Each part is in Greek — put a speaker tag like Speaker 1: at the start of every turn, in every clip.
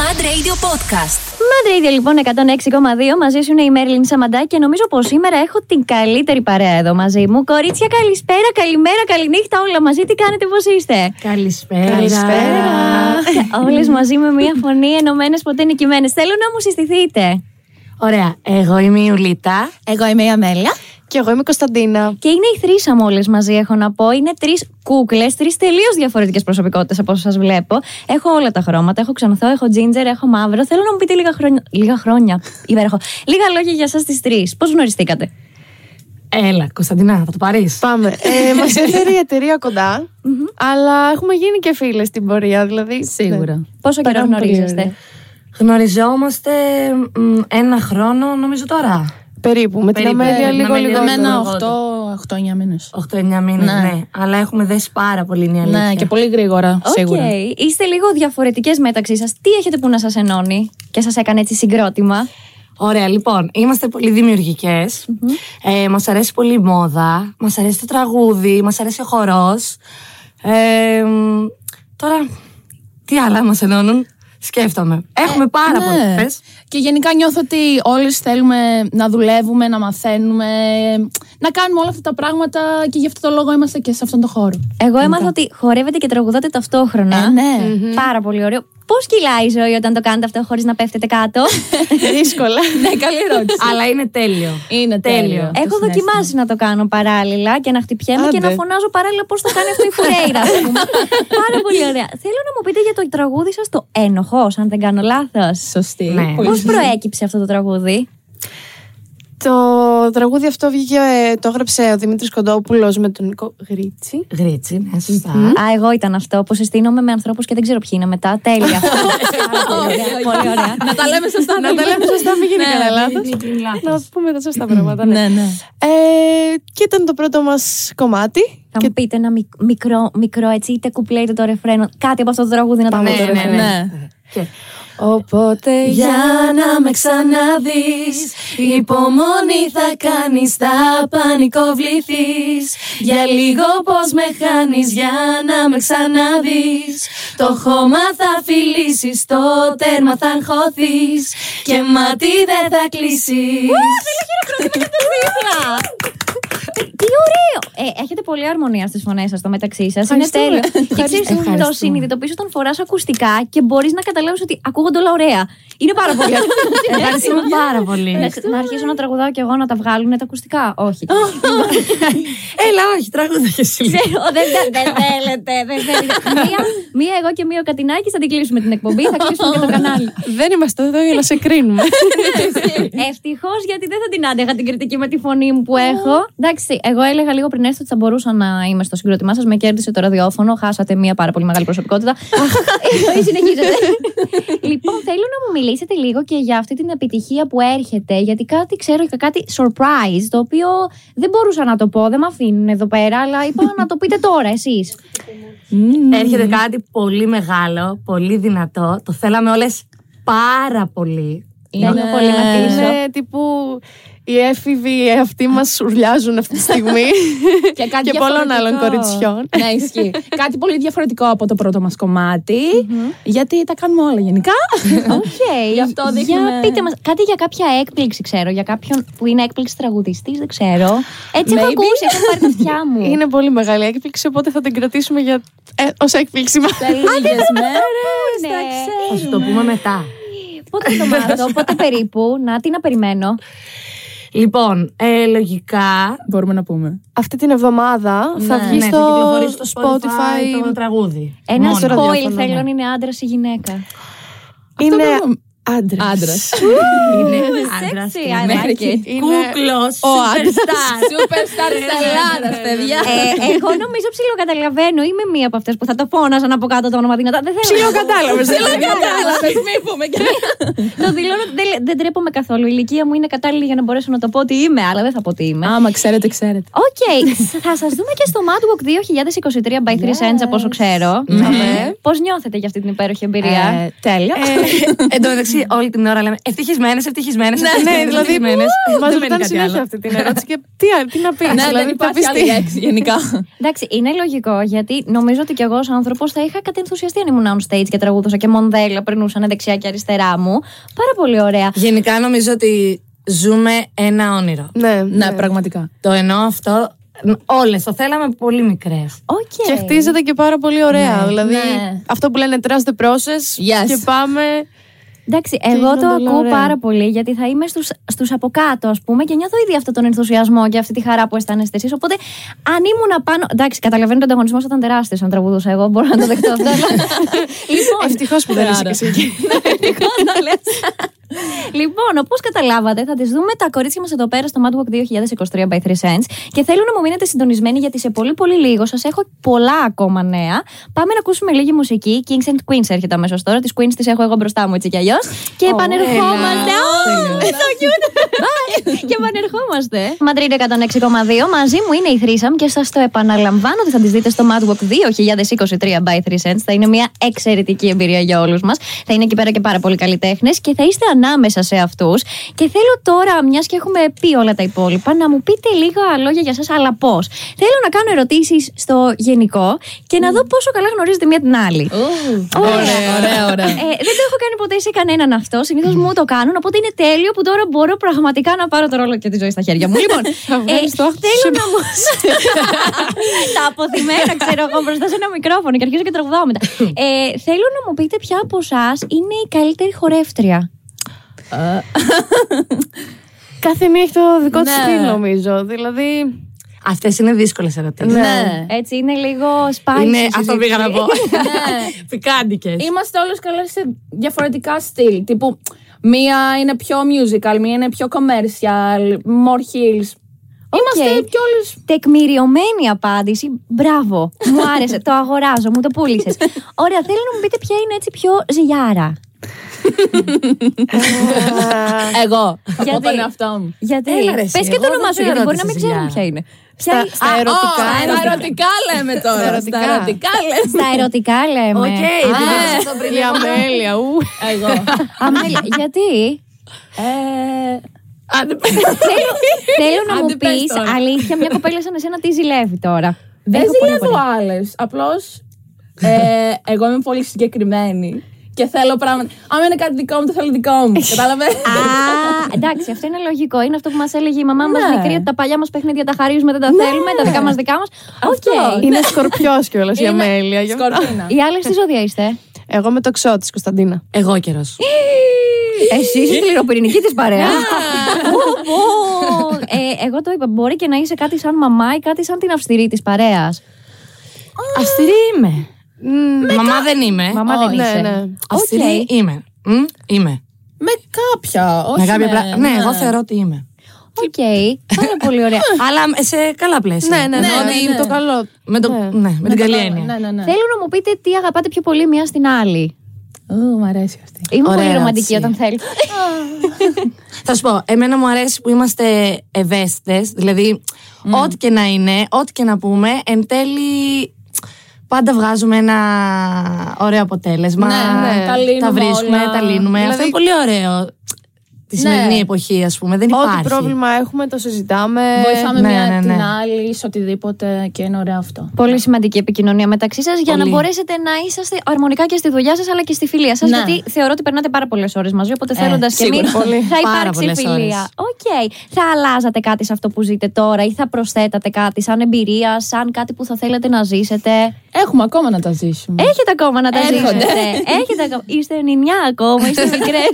Speaker 1: Mad Radio Podcast.
Speaker 2: Mad Radio λοιπόν 106,2 μαζί σου είναι η Μέρλιν Σαμαντά και νομίζω πως σήμερα έχω την καλύτερη παρέα εδώ μαζί μου. Κορίτσια, καλησπέρα, καλημέρα, καληνύχτα όλα μαζί. Τι κάνετε, πώς είστε.
Speaker 3: Καλησπέρα.
Speaker 2: Όλες μαζί με μία φωνή, ενωμένες ποτέ νικημένες. Θέλω να μου συστηθείτε.
Speaker 3: Ωραία. Εγώ είμαι η Ιουλίτα.
Speaker 4: Εγώ είμαι η Αμέλεια. Και εγώ είμαι η Κωνσταντίνα.
Speaker 2: Και είναι οι θρήσαμε όλε μαζί, έχω να πω. Είναι τρεις κούκλες, τρεις τελείως διαφορετικές προσωπικότητες από όσο σας βλέπω. Έχω όλα τα χρώματα. Έχω ξανθό, έχω τζίντζερ, έχω μαύρο. Θέλω να μου πείτε λίγα χρόνια. Λίγα χρόνια. Υπέροχο. Λίγα λόγια για εσά τις τρεις. Πώς γνωριστήκατε.
Speaker 3: Έλα, Κωνσταντινά, θα το πάρεις.
Speaker 4: Πάμε. Ε, Μας έφερε η εταιρεία κοντά, αλλά έχουμε γίνει και φίλες στην πορεία, δηλαδή.
Speaker 3: Σίγουρα.
Speaker 2: Πόσο καιρό
Speaker 4: Πάρα πολύ
Speaker 2: γνωρίζεστε.
Speaker 4: ωραία.
Speaker 3: Γνωριζόμαστε μ, ένα χρόνο, νομίζω τώρα.
Speaker 4: Ναι. Περίπου. Με την
Speaker 3: Περίπου,
Speaker 4: Αμέλεια
Speaker 3: ε, την
Speaker 4: λίγο
Speaker 3: Αμέλεια.
Speaker 4: λιγότερο.
Speaker 5: Εμένα
Speaker 3: εγώ
Speaker 5: 8-9 μήνε.
Speaker 3: 8-9 μήνες, ναι. Αλλά έχουμε δέσει πάρα πολύ, είναι η αλήθεια.
Speaker 5: Ναι, και πολύ γρήγορα,
Speaker 2: Οκ.
Speaker 5: σίγουρα.
Speaker 2: Είστε λίγο διαφορετικές μεταξύ σας. Τι έχετε που να σας ενώνει και σας έκανε έτσι συγκρότημα.
Speaker 3: Ωραία, λοιπόν, είμαστε πολύ δημιουργικές. Ε, μας αρέσει πολύ η μόδα. Μας αρέσει το τραγούδι. Μας αρέσει ο χορός. Ε, μ, τώρα, τι άλλα μας ενώνουν. Σκέφτομαι. Έχουμε πάρα
Speaker 5: Ναι.
Speaker 3: πολλέ. Πες.
Speaker 5: Και γενικά νιώθω ότι όλοι θέλουμε να δουλεύουμε, να μαθαίνουμε, να κάνουμε όλα αυτά τα πράγματα και γι' αυτό το λόγο είμαστε και σε αυτόν τον χώρο.
Speaker 2: Εγώ έμαθα ότι χορεύετε και τραγουδάτε ταυτόχρονα.
Speaker 5: Ε, ναι.
Speaker 2: Πάρα πολύ ωραίο. Πώς κυλάει η ζωή όταν το κάνετε αυτό χωρίς να πέφτετε κάτω.
Speaker 4: Δύσκολα.
Speaker 5: ναι, καλή ερώτηση.
Speaker 3: Αλλά είναι τέλειο.
Speaker 5: Είναι τέλειο. Ε,
Speaker 2: Έχω δοκιμάσει να το κάνω παράλληλα και να χτυπιέμαι και
Speaker 4: Άντε.
Speaker 2: να φωνάζω παράλληλα πώς το κάνει αυτό η Φουρέιρα. ας πούμε. Πάρα πολύ ωραία. Θέλω να μου πείτε για το τραγούδι σας, το Ένοχος, αν δεν κάνω λάθος.
Speaker 5: Σωστή.
Speaker 3: Ναι.
Speaker 5: Πολύ
Speaker 2: Πώς προέκυψε αυτό το τραγούδι.
Speaker 4: το τραγούδι αυτό βγήκε, ε, το έγραψε ο Δημήτρης Κοντόπουλος με τον Νίκο Γρίτσι.
Speaker 3: Γρίτσι, ναι, σωστά.
Speaker 2: Α, εγώ ήταν αυτό που συστήνομαι με ανθρώπους και δεν ξέρω ποιοι είναι μετά. Τέλεια. Πάρα πολύ ωραία, Πολύ ωραία.
Speaker 5: Να τα λέμε σωστά.
Speaker 4: Να τα λέμε σωστά, μην γίνει κανένα λάθο. Να πούμε τα σωστά πράγματα. ναι.
Speaker 5: Ναι, ναι.
Speaker 4: Ε, και ήταν το πρώτο μας κομμάτι.
Speaker 2: Θα μου πείτε ένα μικ- μικρό, μικρό έτσι, είτε κουπλέ είτε το ρεφρένο. Κάτι από αυτό το τραγούδι να το
Speaker 3: Ναι,
Speaker 2: πω το
Speaker 3: ναι,
Speaker 2: ρεφρένο.
Speaker 3: ναι. Και-
Speaker 4: Οπότε
Speaker 3: Για να με ξαναδείς Υπομονή θα κάνεις Θα πανικοβληθείς Για λίγο πως με χάνεις Για να με ξαναδείς Το χώμα θα φιλήσεις Το τέρμα θα αγχωθείς Και μάτι δεν θα κλείσεις
Speaker 2: Τι ωραίο! Ε, έχετε πολλή αρμονία στις φωνές σας, το μεταξύ σας. Είναι τέλειο. Και ξέρεις, το συνειδητοποιεί όταν φοράς ακουστικά και μπορείς να καταλάβεις ότι ακούγονται όλα ωραία. Είναι πάρα πολύ ωραίο.
Speaker 3: Ευχαριστούμε πάρα πολύ
Speaker 2: Να- Να αρχίσω να τραγουδάω κι εγώ να τα βγάλουν τα ακουστικά. Όχι.
Speaker 3: Έλα όχι τραγούδα και εσύ
Speaker 2: Ξέρω, δεν τα- δεν θέλετε. Δεν θέλετε. Μία- Μία εγώ και μία ο Κατινάκης θα την κλείσουμε την εκπομπή, θα κλείσουμε και το κανάλι.
Speaker 4: δεν είμαστε εδώ για να σε κρίνουμε.
Speaker 2: ναι, Ευτυχώς γιατί δεν θα την άντεγα την κριτική με τη φωνή μου που έχω. Εντάξει, εγώ έλεγα λίγο πριν έρθω ότι θα μπορούσα να είμαι στο συγκρότημά σας. Με κέρδισε το ραδιόφωνο. Χάσατε μια πάρα πολύ μεγάλη προσωπικότητα. Η ζωή συνεχίζεται. λοιπόν, θέλω να μου μιλήσετε λίγο και για αυτή την επιτυχία που έρχεται. Γιατί κάτι ξέρω και κάτι surprise το οποίο δεν μπορούσα να το πω. Δεν με αφήνουν εδώ πέρα, αλλά είπα να το πείτε τώρα εσείς.
Speaker 3: Έρχεται κάτι πολύ μεγάλο, πολύ δυνατό. Το θέλαμε όλες πάρα πολύ.
Speaker 2: Θέλω πολύ να κλείσω.
Speaker 4: Ε, Είναι τύπου οι έφηβοι αυτοί μας σουρλιάζουν αυτή τη στιγμή.
Speaker 5: Και, κάτι
Speaker 4: Και πολλών
Speaker 5: διαφορετικό.
Speaker 4: άλλων κοριτσιών.
Speaker 5: Ναι, ισχύει. κάτι πολύ διαφορετικό από το πρώτο μας κομματι Γιατί τα κάνουμε όλα γενικά.
Speaker 2: Οκ.
Speaker 5: Γι' αυτό
Speaker 2: Για
Speaker 5: δείχνουμε-
Speaker 2: πείτε μας, κάτι για κάποια έκπληξη ξέρω, για κάποιον που είναι έκπληξη τραγουδιστής, δεν ξέρω. Έτσι έχω
Speaker 5: Maybe.
Speaker 2: ακούσει, έχω πάρει τα αυτιά μου.
Speaker 4: Είναι πολύ μεγάλη έκπληξη, οπότε θα την κρατήσουμε για... ε, ως έκπληξη μας.
Speaker 5: Λίγες μέρες.
Speaker 2: Ναι.
Speaker 3: Θα σου το πούμε μετά.
Speaker 2: Πότε θα το μάθω, πότε περίπου, να τι να περιμένω.
Speaker 3: Λοιπόν, ε, λογικά.
Speaker 5: Μπορούμε να πούμε.
Speaker 4: Αυτή την εβδομάδα θα βγει
Speaker 3: ναι, θα
Speaker 4: στο
Speaker 3: κυκλοφορήσει στο
Speaker 4: Spotify.
Speaker 3: το τραγούδι.
Speaker 2: Ένα
Speaker 3: Μόνο.
Speaker 2: spoil
Speaker 4: ραδιόφωνο,
Speaker 2: θέλω είναι άντρας ή γυναίκα.
Speaker 4: Είναι
Speaker 5: Αυτό το-
Speaker 4: άντρας.
Speaker 5: Άντρας.
Speaker 3: Είναι Ε, άντρας
Speaker 2: sexy,
Speaker 3: και
Speaker 2: I
Speaker 3: γυναίκα.
Speaker 5: like it.
Speaker 4: Είναι-
Speaker 3: Κούκλος, superstar.
Speaker 5: Superstar τη Ελλάδα, παιδιά.
Speaker 2: ε, εγώ νομίζω ψιλοκαταλαβαίνω, είμαι μία από αυτές που θα το φώναζαν από κάτω το όνομα δυνατά. Δεν θέλω. να-
Speaker 4: Ψιλοκατάλαβες.
Speaker 5: Δεν κατάλαβε, μη πούμε και.
Speaker 2: το δηλώνω, ότι δεν, δεν τρέπομαι καθόλου. Η ηλικία μου είναι κατάλληλη για να μπορέσω να το πω ότι είμαι, αλλά δεν θα πω ότι είμαι.
Speaker 5: Άμα ξέρετε, ξέρετε.
Speaker 2: Οκ, θα σας δούμε και στο Madwalk 2023 by 3 Cents, από όσο ξέρω. Πώς νιώθετε για αυτή την υπέροχη εμπειρία.
Speaker 5: Τέλεια.
Speaker 4: Ναι. Ε,
Speaker 3: Εν τω μεταξύ, Εντάξει, όλη την ώρα λέμε ευτυχισμένες, ευτυχισμένες.
Speaker 4: Ναι, δηλαδή μα ρωτάνε συνέχεια αυτή την ερώτηση και τι, τι να δηλαδή, πει.
Speaker 5: Ναι, δεν υπάρχει άλλη λέξη γενικά.
Speaker 2: Εντάξει, είναι λογικό γιατί νομίζω ότι κι εγώ ως άνθρωπος θα είχα κατενθουσιαστεί αν ήμουν on stage και τραγούδουσα και μοντέλα περνούσαν δεξιά και αριστερά μου. Πάρα πολύ ωραία.
Speaker 3: Γενικά νομίζω ότι ζούμε ένα όνειρο.
Speaker 4: Ναι,
Speaker 5: Ναι, πραγματικά.
Speaker 3: Το εννοώ αυτό. Όλες το θέλαμε πολύ μικρές.
Speaker 2: Οκ.
Speaker 4: Και χτίζεται και πάρα πολύ ωραία. δηλαδή
Speaker 5: ναι.
Speaker 4: αυτό που λένε trust the process
Speaker 5: Yes.
Speaker 4: και πάμε.
Speaker 2: Εντάξει, εγώ το
Speaker 4: γίνονται όλα
Speaker 2: ακούω
Speaker 4: ωραία.
Speaker 2: πάρα πολύ γιατί θα είμαι στους, στους από κάτω, ας πούμε, και νιώθω ήδη αυτόν τον ενθουσιασμό και αυτή τη χαρά που αισθάνεστε εσείς. Οπότε, αν ήμουν πάνω. Εντάξει, καταλαβαίνω ότι ο ανταγωνισμός ήταν τεράστιος αν τραγουδούσα εγώ, μπορώ να το δεχτώ αυτό. αλλά- λοιπόν,
Speaker 4: Ευτυχώς που δεν είσαι
Speaker 5: Άρα.
Speaker 4: κι εσύ εκεί.
Speaker 2: ευτυχώς το Ναι, λες. Λοιπόν, όπως καταλάβατε, θα τις δούμε τα κορίτσια μας εδώ πέρα στο Madwalk 2023 by 3 Cents και θέλω να μου μείνετε συντονισμένοι γιατί σε πολύ πολύ λίγο σας έχω πολλά ακόμα νέα. Πάμε να ακούσουμε λίγη μουσική. Kings and Queens έρχεται αμέσως τώρα. Τις Queens τις έχω εγώ μπροστά μου έτσι κι αλλιώς. Και επανερχόμαστε. Oh, it's so cute. Bye. Και επανερχόμαστε. Μαντρίνε 106,2. Μαζί μου είναι η Θρήσαμ και σας το επαναλαμβάνω ότι θα τις δείτε στο Madwalk 2023 by 3 Cents. Θα είναι μια εξαιρετική εμπειρία για όλους μας. Θα είναι εκεί πέρα και πάρα πολλοί καλλιτέχνε και θα είστε ανάμεσα σε αυτούς. Και θέλω τώρα, μιας και έχουμε πει όλα τα υπόλοιπα, να μου πείτε λίγα λόγια για σας, αλλά πώς. Θέλω να κάνω ερωτήσεις στο γενικό και να δω πόσο καλά γνωρίζετε μία την άλλη.
Speaker 5: Ωραία, ωραία, ωραία.
Speaker 2: Ε, δεν το έχω κάνει ποτέ σε κανέναν αυτό. Συνήθως μου το κάνουν. Οπότε είναι τέλειο που τώρα μπορώ πραγματικά να πάρω το ρόλο και τη ζωή στα χέρια μου. Λοιπόν,
Speaker 4: βγάλεις το άχτος
Speaker 2: θέλω να μου. Τα αποθυμένα, ξέρω εγώ, μπροστά σε ένα μικρόφωνο και αρχίζω και τραγουδάω μετά. Ε, θέλω να μου πείτε ποια από εσάς είναι η καλύτερη χορεύτρια.
Speaker 4: Κάθε μία έχει το δικό της
Speaker 5: Ναι.
Speaker 4: στυλ, νομίζω. Δηλαδή.
Speaker 3: Αυτές είναι δύσκολες ερωτήσεις.
Speaker 5: Ναι.
Speaker 2: Έτσι είναι λίγο spicy.
Speaker 3: Είναι,
Speaker 2: η
Speaker 3: αυτό
Speaker 2: συζήτηση.
Speaker 3: πήγα να πω. Πικάντικες.
Speaker 5: Είμαστε όλες καλές σε διαφορετικά στυλ. Τύπου μία είναι πιο musical, μία είναι πιο commercial, more heels. Είμαστε πιο όλες.
Speaker 2: Τεκμηριωμένη απάντηση. Μπράβο. Μου άρεσε. το αγοράζω. Μου το πούλησες. Ωραία. Θέλω να μου πείτε ποια είναι έτσι πιο ζυγιάρα.
Speaker 4: α,
Speaker 5: Εγώ. ναι,
Speaker 2: Γιατί?
Speaker 5: Από τον εαυτό μου.
Speaker 2: Γιατί.
Speaker 3: Έλα ρε εσύ,
Speaker 2: Πες και το
Speaker 3: εγώ
Speaker 2: όνομά
Speaker 3: δεν
Speaker 2: σου,
Speaker 3: ξέρω
Speaker 2: γιατί μπορεί να
Speaker 3: τι
Speaker 2: μην
Speaker 3: ζυγιάρα.
Speaker 2: ξέρουν ποια είναι. Ποια είναι.
Speaker 4: στα ερωτικά.
Speaker 5: Α, τα ερωτικά λέμε τώρα.
Speaker 4: ερωτικά.
Speaker 5: Στα ερωτικά λέμε.
Speaker 2: Στα ερωτικά λέμε.
Speaker 3: Οκ,
Speaker 2: Α,
Speaker 4: Ναι. Η αμέλεια, ου.
Speaker 5: Εγώ.
Speaker 2: Αμέλεια, γιατί.
Speaker 5: Ε, αν δεν-
Speaker 2: Θέλω να μου
Speaker 5: Άντε, πες
Speaker 2: πεις
Speaker 5: τώρα.
Speaker 2: αλήθεια, μια κοπέλα σαν εσένα τι ζηλεύει τώρα.
Speaker 5: Δεν
Speaker 2: Έχω πολύ
Speaker 5: ζηλεύω άλλες. Απλώς ε, εγώ είμαι πολύ συγκεκριμένη και θέλω πράγματα. Άμα είναι κάτι δικό μου, το θέλω δικό μου. Κατάλαβες.
Speaker 2: Α, εντάξει, αυτό είναι λογικό. Είναι αυτό που μας έλεγε η μαμά μας
Speaker 5: Ναι.
Speaker 2: μικρή ότι τα παλιά μας παιχνίδια τα χαρίζουμε, δεν τα θέλουμε, τα δικά μας δικά μας.
Speaker 5: Αυτό.
Speaker 2: Οκ.
Speaker 4: Είναι σκορπιός κιόλας η αμέλεια. γι' αυτό.
Speaker 5: Σκορπίνα.
Speaker 2: Οι άλλες τι ζώδια είστε.
Speaker 4: Εγώ με το ξό της Κωνσταντίνα.
Speaker 3: Εγώ καιρός.
Speaker 2: Εσύ είσαι σκληροπυρηνική της παρέα. Πω, πω. Ε, Εγώ το είπα. Μπορεί και να είσαι κάτι σαν μαμά ή κάτι σαν την αυστηρή της παρέας.
Speaker 3: Αυστηρή είμαι. Μαμά δεν είμαι.
Speaker 2: Μαμά δεν
Speaker 5: Όχι.
Speaker 4: Ναι,
Speaker 2: είσαι.
Speaker 4: ναι.
Speaker 3: Αυστηρή είμαι. Μμ, Είμαι.
Speaker 5: Με κάποια, όχι.
Speaker 3: Με κάποια πλα- Ναι,
Speaker 5: ναι.
Speaker 3: εγώ θεωρώ ότι είμαι.
Speaker 2: Οκ. Πάρα πολύ ωραία.
Speaker 3: Αλλά σε καλά πλαίσια.
Speaker 4: Ναι, ναι, ναι.
Speaker 5: ναι,
Speaker 4: με
Speaker 5: ναι.
Speaker 4: το καλό.
Speaker 3: Με, το, ναι, με, την καλή έννοια.
Speaker 5: Ναι, ναι, ναι.
Speaker 2: Θέλω να μου πείτε τι αγαπάτε πιο πολύ μία στην άλλη.
Speaker 5: Ου, μ' αρέσει αυτή.
Speaker 2: Είμαι
Speaker 3: Ωραία
Speaker 2: πολύ ρομαντική
Speaker 3: ερώτηση.
Speaker 2: όταν θέλει.
Speaker 3: Θα σου πω, εμένα μου αρέσει που είμαστε ευαίσθητες. Δηλαδή, ό,τι και να είναι, ό,τι και να πούμε, εν τέλει πάντα βγάζουμε ένα ωραίο αποτέλεσμα.
Speaker 5: Ναι, ναι, τα λύνουμε
Speaker 3: τα βρίσκουμε,
Speaker 5: όλα.
Speaker 3: τα λύνουμε. Αυτό είναι πολύ ωραίο. Τη σημερινή εποχή, ας πούμε, δεν υπάρχει.
Speaker 4: Ό,τι πρόβλημα έχουμε το συζητάμε.
Speaker 5: Ε, Βοηθάμε
Speaker 3: ναι,
Speaker 5: μία
Speaker 3: ναι,
Speaker 5: την
Speaker 3: ναι.
Speaker 5: άλλη σε οτιδήποτε και είναι ωραίο αυτό.
Speaker 2: Πολύ σημαντική επικοινωνία μεταξύ σας για να
Speaker 3: Πολύ.
Speaker 2: μπορέσετε να είσαστε αρμονικά και στη δουλειά σας αλλά και στη φιλία σας.
Speaker 5: Ναι.
Speaker 2: Γιατί θεωρώ ότι περνάτε πάρα πολλές ώρες μαζί. Οπότε θέλοντας και εμεί
Speaker 5: σίγουρα. Πολύ.
Speaker 2: θα
Speaker 3: Ε, Πάρα
Speaker 2: υπάρξει
Speaker 3: πολλές
Speaker 2: φιλία.
Speaker 3: ώρες.
Speaker 2: Οκ. Θα αλλάζατε κάτι σε αυτό που ζείτε τώρα ή θα προσθέτατε κάτι σαν εμπειρία, σαν κάτι που θα θέλετε να ζήσετε.
Speaker 5: Έχουμε ακόμα να τα ζήσουμε.
Speaker 2: Έχετε ακόμα να τα
Speaker 5: Έρχονται.
Speaker 2: ζήσετε. Έχετε ακόμα. Είστε νινιά ακόμα, είστε μικρές.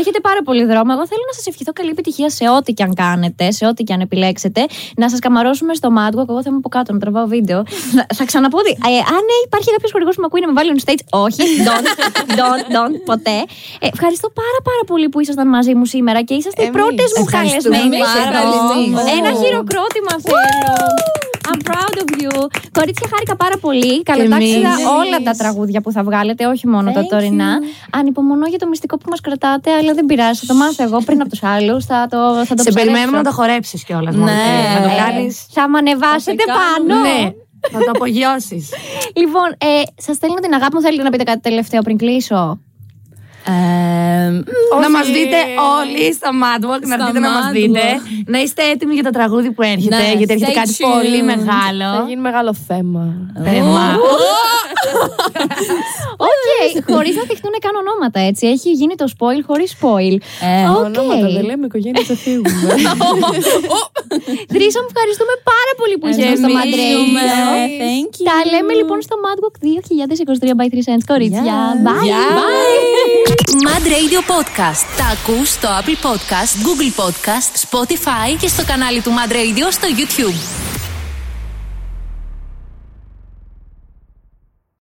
Speaker 2: Έχετε πάρα πολύ δρόμο. Εγώ θέλω να σας ευχηθώ καλή επιτυχία σε ό,τι και αν κάνετε, σε ό,τι και αν επιλέξετε. Να σας καμαρώσουμε στο Madwalk. Εγώ θα είμαι από κάτω να τραβάω βίντεο. θα, θα ξαναπώ ότι ε, αν ε, υπάρχει κάποιος χορηγός που με ακούει να με βάλει on stage, όχι. Don't, don't, don't, ποτέ. Ε, ευχαριστώ πάρα πάρα πολύ που ήσασταν μαζί μου σήμερα και είσαστε οι
Speaker 4: Εμείς.
Speaker 2: πρώτες μου
Speaker 3: Ευχαριστούμε
Speaker 2: καλεσμένοι.
Speaker 5: πάρα
Speaker 2: εδώ.
Speaker 5: πολύ.
Speaker 2: Ένα χειροκρότημα θέλω. I'm proud of you. Κορίτσια, χάρηκα πάρα πολύ. Καλοτάξιδα
Speaker 3: εμείς.
Speaker 2: όλα τα τραγούδια που θα βγάλετε, όχι μόνο τα τωρινά. Ανυπομονώ για το μυστικό που μας κρατάτε, αλλά δεν πειράζει. Θα το μάθω εγώ πριν από τους άλλους. Θα το, θα το
Speaker 3: Σε
Speaker 2: ψαρέψω.
Speaker 3: περιμένουμε να το χορέψεις κιόλας. Ναι, να το
Speaker 2: Ε,
Speaker 3: κάνεις.
Speaker 2: θα με ανεβάσετε
Speaker 5: Θα σε
Speaker 2: πάνω.
Speaker 5: κάνουμε.
Speaker 3: Ναι, να το απογειώσεις.
Speaker 2: Λοιπόν, ε, σας στέλνω την αγάπη μου. Θέλετε να πείτε κάτι τελευταίο πριν κλείσω.
Speaker 3: Ε, μ, Να
Speaker 4: Όχι.
Speaker 3: μας δείτε όλοι στο Madwalk, να
Speaker 5: Στα
Speaker 3: έρθετε να μας
Speaker 5: Madwalk.
Speaker 3: δείτε. Να είστε έτοιμοι για το τραγούδι που έρχεται,
Speaker 5: Ναι,
Speaker 3: γιατί έρχεται
Speaker 5: stay
Speaker 3: κάτι
Speaker 5: tuned.
Speaker 3: πολύ
Speaker 4: Θα
Speaker 3: μεγάλο.
Speaker 4: γίνει μεγάλο θέμα.
Speaker 3: Θέμα.
Speaker 2: Οκ, χωρίς να θυχτούν καν ονόματα έτσι. Έχει γίνει το spoil χωρίς spoil.
Speaker 3: Ε,
Speaker 2: Οκ.
Speaker 4: Ονόματα δεν λέμε, οικογένεια θα φύγουμε.
Speaker 2: Δρίσα μου, ευχαριστούμε πάρα πολύ που ήσασταν στο
Speaker 3: Ευχαριστούμε.
Speaker 2: Μαντρέι.
Speaker 5: Ε,
Speaker 3: Thank you.
Speaker 2: Τα λέμε λοιπόν στο Madwalk 2023 by 3 cents, κορίτσια.
Speaker 3: Yeah.
Speaker 2: Bye.
Speaker 1: Mad Radio Podcast. Τα ακούς στο Apple Podcast, Google Podcast, Spotify και στο κανάλι του Mad Radio στο YouTube.